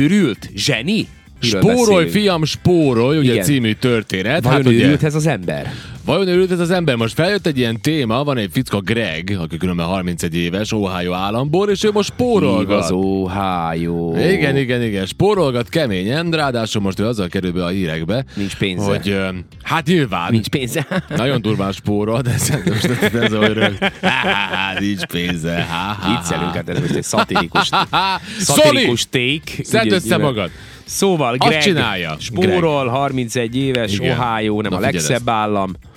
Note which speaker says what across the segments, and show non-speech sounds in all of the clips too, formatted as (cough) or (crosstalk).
Speaker 1: Őrült? Zseni? Miről
Speaker 2: Spórolj,
Speaker 1: beszélünk?
Speaker 2: fiam, spórolj, ugye
Speaker 1: Igen.
Speaker 2: című történet.
Speaker 1: Vajon
Speaker 2: Hát ugye,
Speaker 1: őrült ez az ember?
Speaker 2: vajon őrült ez az ember? Most feljött egy ilyen téma, van egy ficka Greg, aki különben 31 éves, Ohio államból, és ő most spórolgat.
Speaker 1: Igazó, hájó.
Speaker 2: Igen, igen, igen, spórolgat keményen, ráadásul most ő azzal kerül be a hírekbe.
Speaker 1: Nincs pénze.
Speaker 2: Hogy, ö, hát nyilván.
Speaker 1: Nincs pénze. (laughs)
Speaker 2: Nagyon durván spórol, de szerintem most ez a örök. Nincs pénze. há, há, há.
Speaker 1: Viccelünk, hát ez most egy szatirikus,
Speaker 2: (laughs) Szoli!
Speaker 1: szatirikus take.
Speaker 2: Szedd
Speaker 1: Ugye,
Speaker 2: össze
Speaker 1: nyilván-
Speaker 2: magad.
Speaker 1: Szóval Greg
Speaker 2: csinálja,
Speaker 1: spórol, 31 éves,
Speaker 2: Igen.
Speaker 1: Ohio, nem
Speaker 2: Na,
Speaker 1: a
Speaker 2: figyeld
Speaker 1: legszebb
Speaker 2: ezt.
Speaker 1: állam. Hát,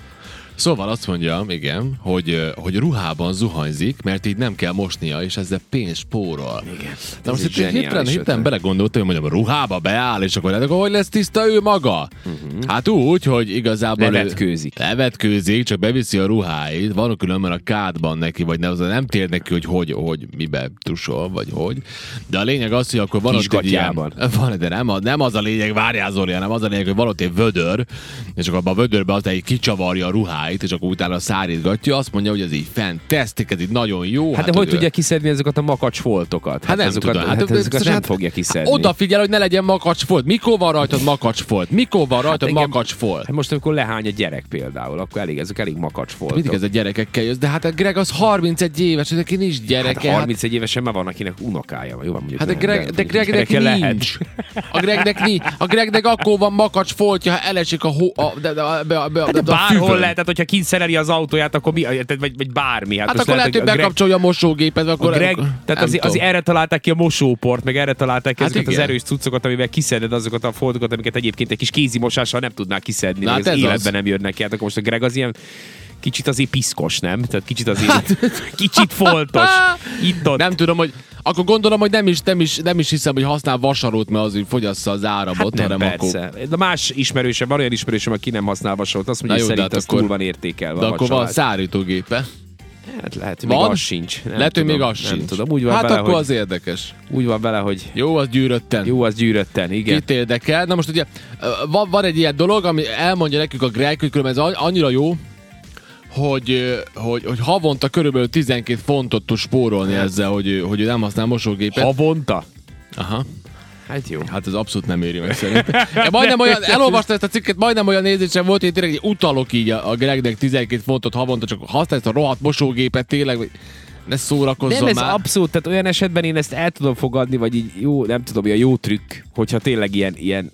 Speaker 2: Szóval azt mondjam, igen, hogy, ö, hogy ruhában zuhanyzik, mert így nem kell mosnia, és ezzel pénz spórol. Igen. Na most
Speaker 1: egy
Speaker 2: itt
Speaker 1: zseniális
Speaker 2: hirtelen,
Speaker 1: ötlet.
Speaker 2: hirtelen belegondoltam, hogy mondjam, ruhába beáll, és akkor, akkor hogy lesz tiszta ő maga? Uh-huh. Hát úgy, hogy igazából... ő-
Speaker 1: Mhm. Levetkőzik.
Speaker 2: Levetkőzik, csak beviszi a ruháit, van különben a kádban neki, vagy nem, az nem tér neki, hogy hogy, hogy mibe tusol, vagy hogy. De a lényeg az, hogy akkor van ott egy ilyen,
Speaker 1: Kisgatjában.
Speaker 2: van, de nem, a- nem az a lényeg, várjál Zoli, hanem az a lényeg, hogy van ott egy vödör, és akkor abban a vödörben az egy kicsavarja a ruháit, és akkor utána szárítgatja, azt mondja, hogy ez így fantastic, ez így nagyon jó.
Speaker 1: Hát de hogy
Speaker 2: ő-
Speaker 1: tudja kiszedni ezeket a makacs foltokat?
Speaker 2: Hát nem
Speaker 1: azokat,
Speaker 2: tudom.
Speaker 1: Hát, azokat
Speaker 2: biztos,
Speaker 1: nem
Speaker 2: hát
Speaker 1: fogja kiszedni.
Speaker 2: Odafigyel, hogy ne legyen makacs folt. Mikor van rajtad makacs folt? Mikor van rajtad
Speaker 1: engem-
Speaker 2: makacs folt?
Speaker 1: Hát most, amikor lehány a gyerek például, akkor elég, ezek elég makacs foltok.
Speaker 2: Mindig ez a gyerekekkel jössz, de hát a Greg az 31 éves, hogy neki nincs gyereke.
Speaker 1: Hát
Speaker 2: hát
Speaker 1: 31 évesen már van, akinek unokája van. Jó, van mondjuk.
Speaker 2: Hát de,
Speaker 1: nem,
Speaker 2: Greg, de
Speaker 1: mondjuk
Speaker 2: Gregnek
Speaker 1: gyereke
Speaker 2: nincs. A Gregnek nincs. A Gregnek akkor van makacs foltja, ha elesik a hó... A, de, de, de, de, de,
Speaker 1: De
Speaker 2: de, de
Speaker 1: bárhol lehet, tehát hogyha kint szereli az autóját, akkor mi, érted, vagy, vagy bármi.
Speaker 2: Hát
Speaker 1: most
Speaker 2: akkor lehet, hogy
Speaker 1: a Greg-
Speaker 2: bekapcsolja a mosógépet, vagy
Speaker 1: a
Speaker 2: akkor...
Speaker 1: Greg,
Speaker 2: akkor-
Speaker 1: tehát
Speaker 2: nem
Speaker 1: az, az
Speaker 2: tudom.
Speaker 1: erre találták ki a mosóport, meg erre találták ki
Speaker 2: Hát
Speaker 1: azokat az
Speaker 2: igen.
Speaker 1: erős cuccokat, amivel kiszeded azokat a foltokat, amiket egyébként egy kis kézimosással nem tudnál kiszedni,
Speaker 2: Na,
Speaker 1: meg az
Speaker 2: hát ez
Speaker 1: életben
Speaker 2: az.
Speaker 1: nem jönnek ki. Hát akkor most a Greg az ilyen kicsit azért piszkos, nem? Tehát kicsit azért hát. kicsit
Speaker 2: (laughs)
Speaker 1: foltos. Itt ott.
Speaker 2: Nem tudom, hogy... Akkor gondolom, hogy nem is, nem is, nem is hiszem, hogy használ vasarót, mert az, hogy fogyassza az áramot,
Speaker 1: hát nem,
Speaker 2: hanem akkor...
Speaker 1: persze. De más ismerősem, van olyan ismerősem, aki nem használ vasolt. Azt
Speaker 2: Na
Speaker 1: mondja, hogy
Speaker 2: jó, de
Speaker 1: szerint
Speaker 2: hát
Speaker 1: az
Speaker 2: akkor-
Speaker 1: túl van értékelve.
Speaker 2: De
Speaker 1: a
Speaker 2: akkor van
Speaker 1: vasalás.
Speaker 2: szárítógépe.
Speaker 1: Hát lehet, hogy még
Speaker 2: Van?
Speaker 1: az sincs. Nem
Speaker 2: Lehet, hogy
Speaker 1: tudom,
Speaker 2: még az
Speaker 1: nem
Speaker 2: sincs.
Speaker 1: tudom, úgy van
Speaker 2: hát
Speaker 1: vele,
Speaker 2: akkor
Speaker 1: hogy,
Speaker 2: az érdekes.
Speaker 1: úgy van vele, hogy
Speaker 2: Jó, az gyűrötten.
Speaker 1: jó, az gyűrötten, igen.
Speaker 2: Kit érdekel? Na most ugye ö, van, van egy ilyen dolog, ami elmondja nekünk a Greg, hogy különben ez a- annyira jó, hogy, ö, hogy, hogy havonta körülbelül 12 fontot tud
Speaker 1: Hát.
Speaker 2: spórolni ezzel, hogy, ő- hogy ő nem használ mosógépet.
Speaker 1: Havonta?
Speaker 2: Aha.
Speaker 1: Hát jó.
Speaker 2: Hát ez abszolút nem éri meg szerintem. Ja, majdnem olyan, elolvastam ezt a cikket, majdnem olyan nézésem volt, hogy én tényleg így utalok így a, a Gregnek 12 fontot havonta, csak használj ezt a rohadt mosógépet, tényleg, hogy ne szórakozzon
Speaker 1: Nem, ez
Speaker 2: már.
Speaker 1: abszolút, tehát olyan esetben én ezt el tudom fogadni, vagy így jó, nem tudom, ilyen jó trükk, hogyha tényleg ilyen, ilyen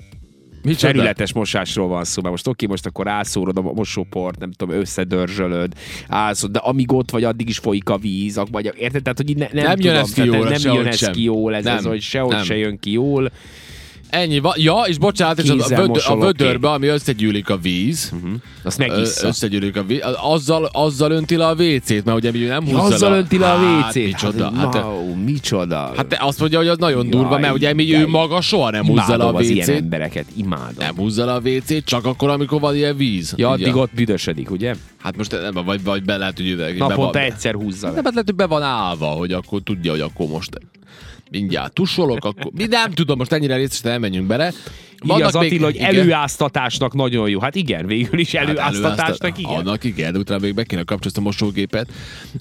Speaker 2: Micsoda?
Speaker 1: területes mosásról van szó, mert most oké, most akkor rászórod a mosóport, nem tudom, összedörzsölöd, állszod, de amíg ott vagy, addig is folyik a víz, ak- vagy érted? Tehát, hogy így ne, nem,
Speaker 2: Nem jön
Speaker 1: tudom,
Speaker 2: ez ki
Speaker 1: tehát
Speaker 2: jól,
Speaker 1: nem
Speaker 2: sehogy
Speaker 1: jön ez
Speaker 2: sem.
Speaker 1: ki jól, ez
Speaker 2: Nem,
Speaker 1: az, hogy sehogy
Speaker 2: nem.
Speaker 1: se jön ki jól.
Speaker 2: Ennyi van. Ja, és bocsánat, és a,
Speaker 1: Kézzel
Speaker 2: vödör, a
Speaker 1: mosolok
Speaker 2: vödörbe, ami összegyűlik a víz, uh-huh.
Speaker 1: Azt
Speaker 2: Ö,
Speaker 1: megissza.
Speaker 2: összegyűlik a víz, azzal, azzal önti le a WC-t, mert ugye mi nem húzza
Speaker 1: Azzal
Speaker 2: le.
Speaker 1: önti le a
Speaker 2: Hát,
Speaker 1: WC-t.
Speaker 2: micsoda.
Speaker 1: Hát,
Speaker 2: Hát, hát,
Speaker 1: wow, micsoda.
Speaker 2: hát te azt mondja, hogy az nagyon
Speaker 1: Jaj,
Speaker 2: durva, mert ugye mi
Speaker 1: de
Speaker 2: ő maga soha nem húzza le
Speaker 1: imádom
Speaker 2: a
Speaker 1: az ilyen
Speaker 2: WC-t.
Speaker 1: embereket, imádom.
Speaker 2: Nem húzza le a WC-t, csak akkor, amikor van ilyen víz.
Speaker 1: Ja,
Speaker 2: Így
Speaker 1: addig
Speaker 2: a-
Speaker 1: ott büdösödik, ugye?
Speaker 2: Hát most nem, vagy, vagy be lehet, hogy üveg. be
Speaker 1: Naponta
Speaker 2: van,
Speaker 1: egyszer húzza le.
Speaker 2: Nem, hát lehet, hogy be van állva, hogy akkor tudja, hogy akkor most mindjárt tusolok, akkor... Mi nem tudom, most ennyire részletesen nem menjünk bele.
Speaker 1: Írja
Speaker 2: Vannak
Speaker 1: az Attila, hogy
Speaker 2: igen. hát
Speaker 1: előáztatásnak nagyon jó. Hát igen, végül is előáztatásnak
Speaker 2: előáztat- Ah,
Speaker 1: igen.
Speaker 2: Annak igen, de utána még be kéne kapcsolni a mosógépet.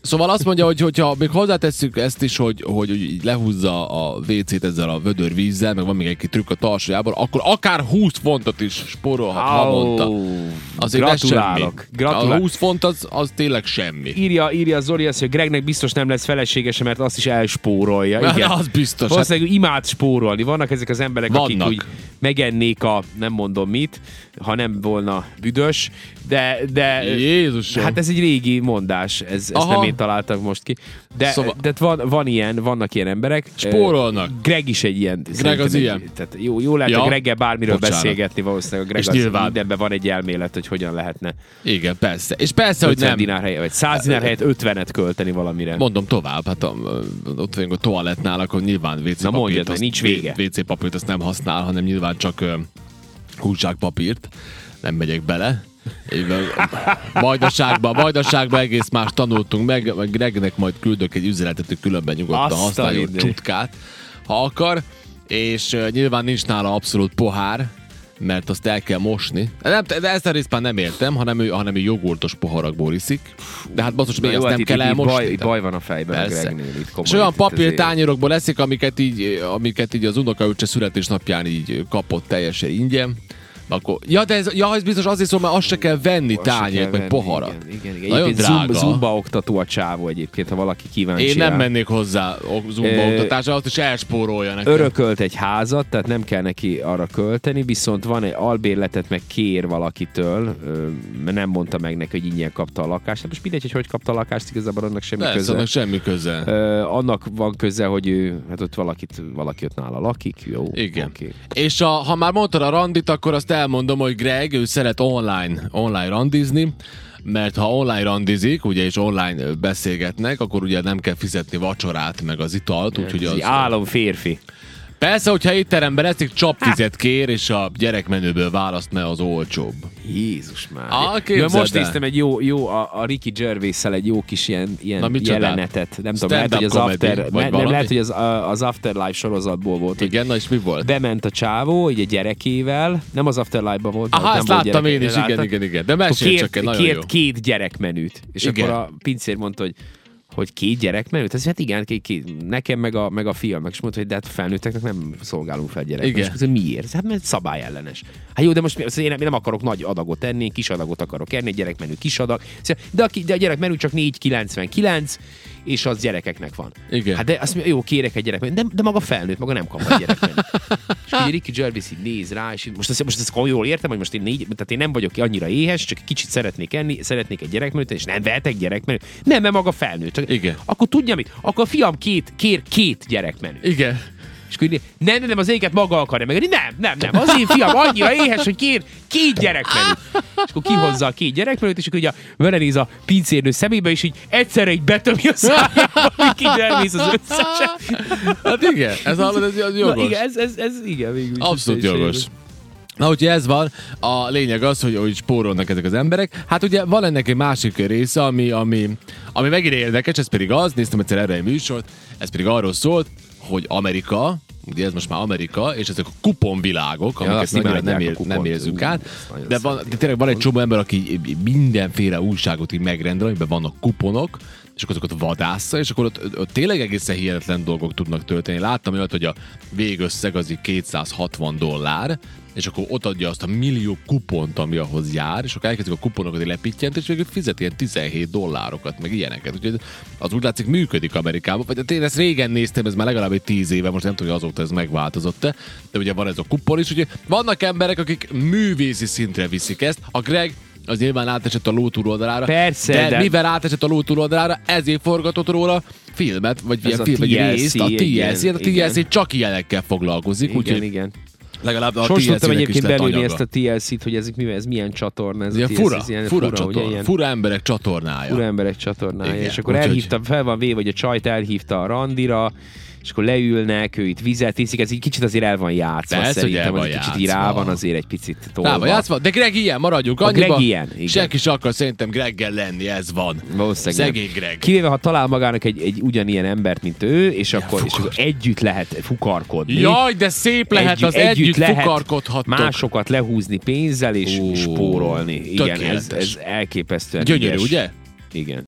Speaker 2: Szóval azt mondja, hogy hogyha még hozzátesszük ezt is, hogy, hogy így lehúzza a WC-t ezzel a vödörvízzel, meg van még egy kis trükk a tarsolyában, akkor akár 20 fontot is spórolhat
Speaker 1: Au,
Speaker 2: havonta. hát Azért ez
Speaker 1: gratulálok,
Speaker 2: semmi.
Speaker 1: gratulálok.
Speaker 2: A 20 font az, az tényleg semmi.
Speaker 1: Írja, írja Zoli azt, hogy Gregnek biztos nem lesz feleségese, mert azt is
Speaker 2: (laughs)
Speaker 1: elspórolja. Igen.
Speaker 2: Az biztos. Hát,
Speaker 1: Valószínűleg imád spórolni. Vannak ezek az emberek, akik
Speaker 2: Vannak.
Speaker 1: úgy megennék a nem mondom mit, ha nem volna büdös, de, de
Speaker 2: Jézusom.
Speaker 1: Hát ez egy régi mondás, ez, ezt
Speaker 2: Aha.
Speaker 1: nem én találtam most ki. De, szóval...
Speaker 2: Szóval-
Speaker 1: de van, van ilyen, vannak ilyen emberek.
Speaker 2: Spórolnak.
Speaker 1: Ö, Greg is egy ilyen. szerintem
Speaker 2: az
Speaker 1: egy-
Speaker 2: ilyen.
Speaker 1: Tehát jó, jó lehet
Speaker 2: Ja.
Speaker 1: ja. a Greggel bármiről
Speaker 2: Bocsánat.
Speaker 1: beszélgetni, valószínűleg a Greg
Speaker 2: És
Speaker 1: az
Speaker 2: nyilván.
Speaker 1: mindenben van egy elmélet, hogy hogyan lehetne
Speaker 2: Igen, persze. És persze, hogy
Speaker 1: 50
Speaker 2: nem.
Speaker 1: dinár helyett, vagy 100 dinár helyett 50-et költeni valamire.
Speaker 2: Mondom tovább, hát a, ott vagyunk a toalettnál, akkor nyilván WC
Speaker 1: Na mondjad, mert nincs vége.
Speaker 2: WC papírt azt nem használ, hanem nyilván csak ö, húzságpapírt. Nem megyek bele. Így van. Vajdaságban, vajdaságban egész más tanultunk meg, meg Gregnek majd küldök egy üzenetet, hogy különben nyugodtan
Speaker 1: Azt a izé.
Speaker 2: használjuk
Speaker 1: mindenit.
Speaker 2: csutkát, ha akar, és ö, nyilván nincs nála abszolút pohár, mert azt el kell mosni. Nem, de ezt a részt már nem értem, hanem ő, hanem ő jogurtos poharakból iszik. De hát basszus, még
Speaker 1: Jó,
Speaker 2: azt
Speaker 1: hát
Speaker 2: nem
Speaker 1: itt-
Speaker 2: kell
Speaker 1: itt- itt
Speaker 2: elmosni.
Speaker 1: Baj,
Speaker 2: Tehát-
Speaker 1: baj van a fejben a
Speaker 2: Persze.
Speaker 1: Gregnél itt komolyan.
Speaker 2: és olyan
Speaker 1: itt azért-
Speaker 2: papírtányérokból eszik, amiket így, amiket így az unokaöccse születésnapján így kapott teljesen ingyen. Akkor, ja, de ez, ja, ez biztos azért szól, mert azt se kell venni
Speaker 1: Azt se
Speaker 2: tányért,
Speaker 1: kell
Speaker 2: meg
Speaker 1: venni,
Speaker 2: poharat.
Speaker 1: Igen, igen, igen.
Speaker 2: Nagyon
Speaker 1: Egyébként
Speaker 2: drága.
Speaker 1: Zumba, zumba oktató a csávó egyébként, ha valaki kíváncsi
Speaker 2: Én nem
Speaker 1: rá.
Speaker 2: mennék hozzá a zumba
Speaker 1: Ö,
Speaker 2: oktatásra, azt is elspórolja nekem.
Speaker 1: Örökölt egy házat, tehát nem kell neki arra költeni, viszont van egy albérletet, meg kér valakitől, ö, mert nem mondta meg neki, hogy ingyen kapta a lakást. Hát most mindegy, hogy hogy kapta a lakást, igazából annak semmi
Speaker 2: Persze,
Speaker 1: köze.
Speaker 2: annak semmi köze.
Speaker 1: Ö, annak van köze, hogy ő, hát ott valakit, valaki ott nála lakik, jó?
Speaker 2: Igen.
Speaker 1: oké.
Speaker 2: És a, ha már mondtad a randit, akkor azt elmondom, hogy Greg, ő szeret online, online randizni, mert ha online randizik, ugye, és online ö, beszélgetnek, akkor ugye nem kell fizetni vacsorát, meg az italt, úgyhogy
Speaker 1: Ez
Speaker 2: az...
Speaker 1: egy álom férfi.
Speaker 2: Persze, hogyha étteremben eszik,
Speaker 1: Hát.
Speaker 2: csapvizet kér, és a gyerekmenüből választ, mert az olcsóbb.
Speaker 1: Jézus már.
Speaker 2: Á,
Speaker 1: ja,
Speaker 2: Ah, képzeld
Speaker 1: most
Speaker 2: el.
Speaker 1: néztem egy jó, jó a, a Ricky gervais egy jó kis ilyen, ilyen
Speaker 2: Na, micsoda?
Speaker 1: jelenetet. Nem tudom,
Speaker 2: Stand-up
Speaker 1: lehet, hogy az
Speaker 2: comedy,
Speaker 1: after,
Speaker 2: vagy
Speaker 1: ne, nem,
Speaker 2: valami?
Speaker 1: lehet, hogy az, a- az Afterlife sorozatból volt, hogy
Speaker 2: Igen, na és mi volt? De,
Speaker 1: bement a csávó, így a gyerekével, nem az Afterlife-ban volt.
Speaker 2: Aha,
Speaker 1: nem
Speaker 2: ezt
Speaker 1: volt
Speaker 2: láttam én
Speaker 1: gyereke,
Speaker 2: is, igen,
Speaker 1: láttad?
Speaker 2: igen, igen. De
Speaker 1: Akkor
Speaker 2: mesélj
Speaker 1: Kért,
Speaker 2: csak, egy nagyon jó.
Speaker 1: kért két gyerekmenüt. És
Speaker 2: Igen.
Speaker 1: akkor a pincér mondta, hogy hogy két gyerekmenüt? Ez hát igen, két, két, nekem meg a, meg a fiam. Meg is mondta, hogy de hát felnőtteknek nem szolgálunk fel gyerekmenüt.
Speaker 2: Igen.
Speaker 1: És mondta, hogy miért? Hát mert szabályellenes. Hát jó, de most mi- azt én, nem- én nem akarok nagy adagot enni, én kis adagot akarok enni, egy gyerekmenü kis adag. Szóval, De a, ki- de a gyerekmenü csak 4,99, és az gyerekeknek van.
Speaker 2: Igen.
Speaker 1: Hát de azt mondja, jó, kérek egy gyerekmenüt, de, de maga felnőtt, maga nem kap egy
Speaker 2: (laughs)
Speaker 1: gyerekmenüt. És ugye Ricky Gervais így néz rá, és így- most ezt, most ezt jól értem, hogy most én, négy, tehát én nem vagyok annyira éhes, csak egy kicsit szeretnék enni, szeretnék egy gyerekmenüt, és nem vehetek gyerekmenüt. Nem, mert maga felnőtt. Csak,
Speaker 2: Igen.
Speaker 1: Akkor tudja mit? Akkor a fiam két, kér két gyerekmenüt.
Speaker 2: Igen.
Speaker 1: És akkor így, nem, nem, nem, az éket maga akarja megenni. Nem, nem, nem. Az én fiam annyira éhes, hogy kér két gyerekmenüt. És akkor kihozza a két gyerekmenüt, és akkor ugye vele néz a pincérnő szemébe, és így egyszerre így betömi a szájába, Ricky Gervais az összeset.
Speaker 2: Hát igen, ez, hallod, ez, ez jogos.
Speaker 1: Na, igen, ez, ez, ez igen, végül is
Speaker 2: Abszolút
Speaker 1: teljesen
Speaker 2: jogos. Na, úgyhogy ez van. A lényeg az, hogy, hogy spórolnak ezek az emberek. Hát ugye van ennek egy másik része, ami, ami, ami megint érdekes, ez pedig az, néztem egyszer erre egy műsort, ez pedig arról szólt, hogy Amerika, ugye ez most már Amerika, és ezek a kuponvilágok, amiket
Speaker 1: azt
Speaker 2: ja, nem,
Speaker 1: imádják
Speaker 2: nem,
Speaker 1: a
Speaker 2: ér, nem
Speaker 1: kupont.
Speaker 2: érzünk
Speaker 1: Ú,
Speaker 2: át.
Speaker 1: ezt nagyon
Speaker 2: De, van, de tényleg van egy csomó ember, aki mindenféle újságot így megrendel, amiben vannak kuponok, és akkor azokat vadásza, és akkor ott, ott tényleg egészen hihetetlen dolgok tudnak történni. Láttam olyat, hogy a végösszeg az így 260 dollár, és akkor ott adja azt a millió kupont, ami ahhoz jár, és akkor elkezdik a kuponokat így lepittyent, és végül fizet ilyen 17 dollárokat, meg ilyeneket. Úgyhogy az úgy látszik működik Amerikában, vagy hát én ezt régen néztem, ez már legalább egy 10 éve, most nem tudom, hogy azóta ez megváltozott-e, de ugye van ez a kupon is, ugye vannak emberek, akik művészi szintre viszik ezt, a Greg az nyilván átesett a ló túloldalára.
Speaker 1: Persze,
Speaker 2: de,
Speaker 1: de-
Speaker 2: mivel átesett a ló túloldalára, ezért forgatott róla filmet, vagy ilyen
Speaker 1: a
Speaker 2: film, vagy
Speaker 1: TLC,
Speaker 2: részt, a
Speaker 1: igen,
Speaker 2: TLC, hát a
Speaker 1: igen.
Speaker 2: TLC csak ilyenekkel foglalkozik,
Speaker 1: Igen,
Speaker 2: úgyhogy
Speaker 1: igen.
Speaker 2: legalább a
Speaker 1: Sos tudtam
Speaker 2: TLC-nek is
Speaker 1: egyébként
Speaker 2: lett
Speaker 1: belülni
Speaker 2: anyaga.
Speaker 1: ezt a TLC-t, hogy ez, mi, ez milyen csatorna. Ez a
Speaker 2: Ilyen
Speaker 1: TLC,
Speaker 2: fura,
Speaker 1: ez ilyen
Speaker 2: fura,
Speaker 1: fura, ugye,
Speaker 2: csatorna,
Speaker 1: ilyen
Speaker 2: fura emberek csatornája.
Speaker 1: fura emberek csatornája.
Speaker 2: Igen,
Speaker 1: és akkor
Speaker 2: úgyhogy-
Speaker 1: elhívta, fel van véve, hogy a csajt elhívta a randira, és akkor leülnek, ő itt vizet iszik, ez így kicsit azért el van játszva
Speaker 2: Persze, hogy
Speaker 1: szerintem,
Speaker 2: el van
Speaker 1: az egy kicsit így rá
Speaker 2: játszva.
Speaker 1: van azért egy picit tolva.
Speaker 2: Rá van játszva, de Greg ilyen, maradjunk
Speaker 1: A
Speaker 2: annyiba.
Speaker 1: Greg ilyen, igen.
Speaker 2: Senki sem akar szerintem Greggel lenni, ez van.
Speaker 1: Valószínűleg nem.
Speaker 2: Szegény Greg.
Speaker 1: Kivéve, ha talál magának egy, egy ugyanilyen embert, mint ő, és akkor, és akkor együtt lehet fukarkodni.
Speaker 2: Jaj, de szép lehet az együtt, fukarkodhattok.
Speaker 1: másokat lehúzni pénzzel és
Speaker 2: Ó,
Speaker 1: Ó, spórolni. Igen, ez,
Speaker 2: tökéletes.
Speaker 1: ez elképesztően
Speaker 2: Gyönyörű,
Speaker 1: ügyes.
Speaker 2: ugye?
Speaker 1: Igen.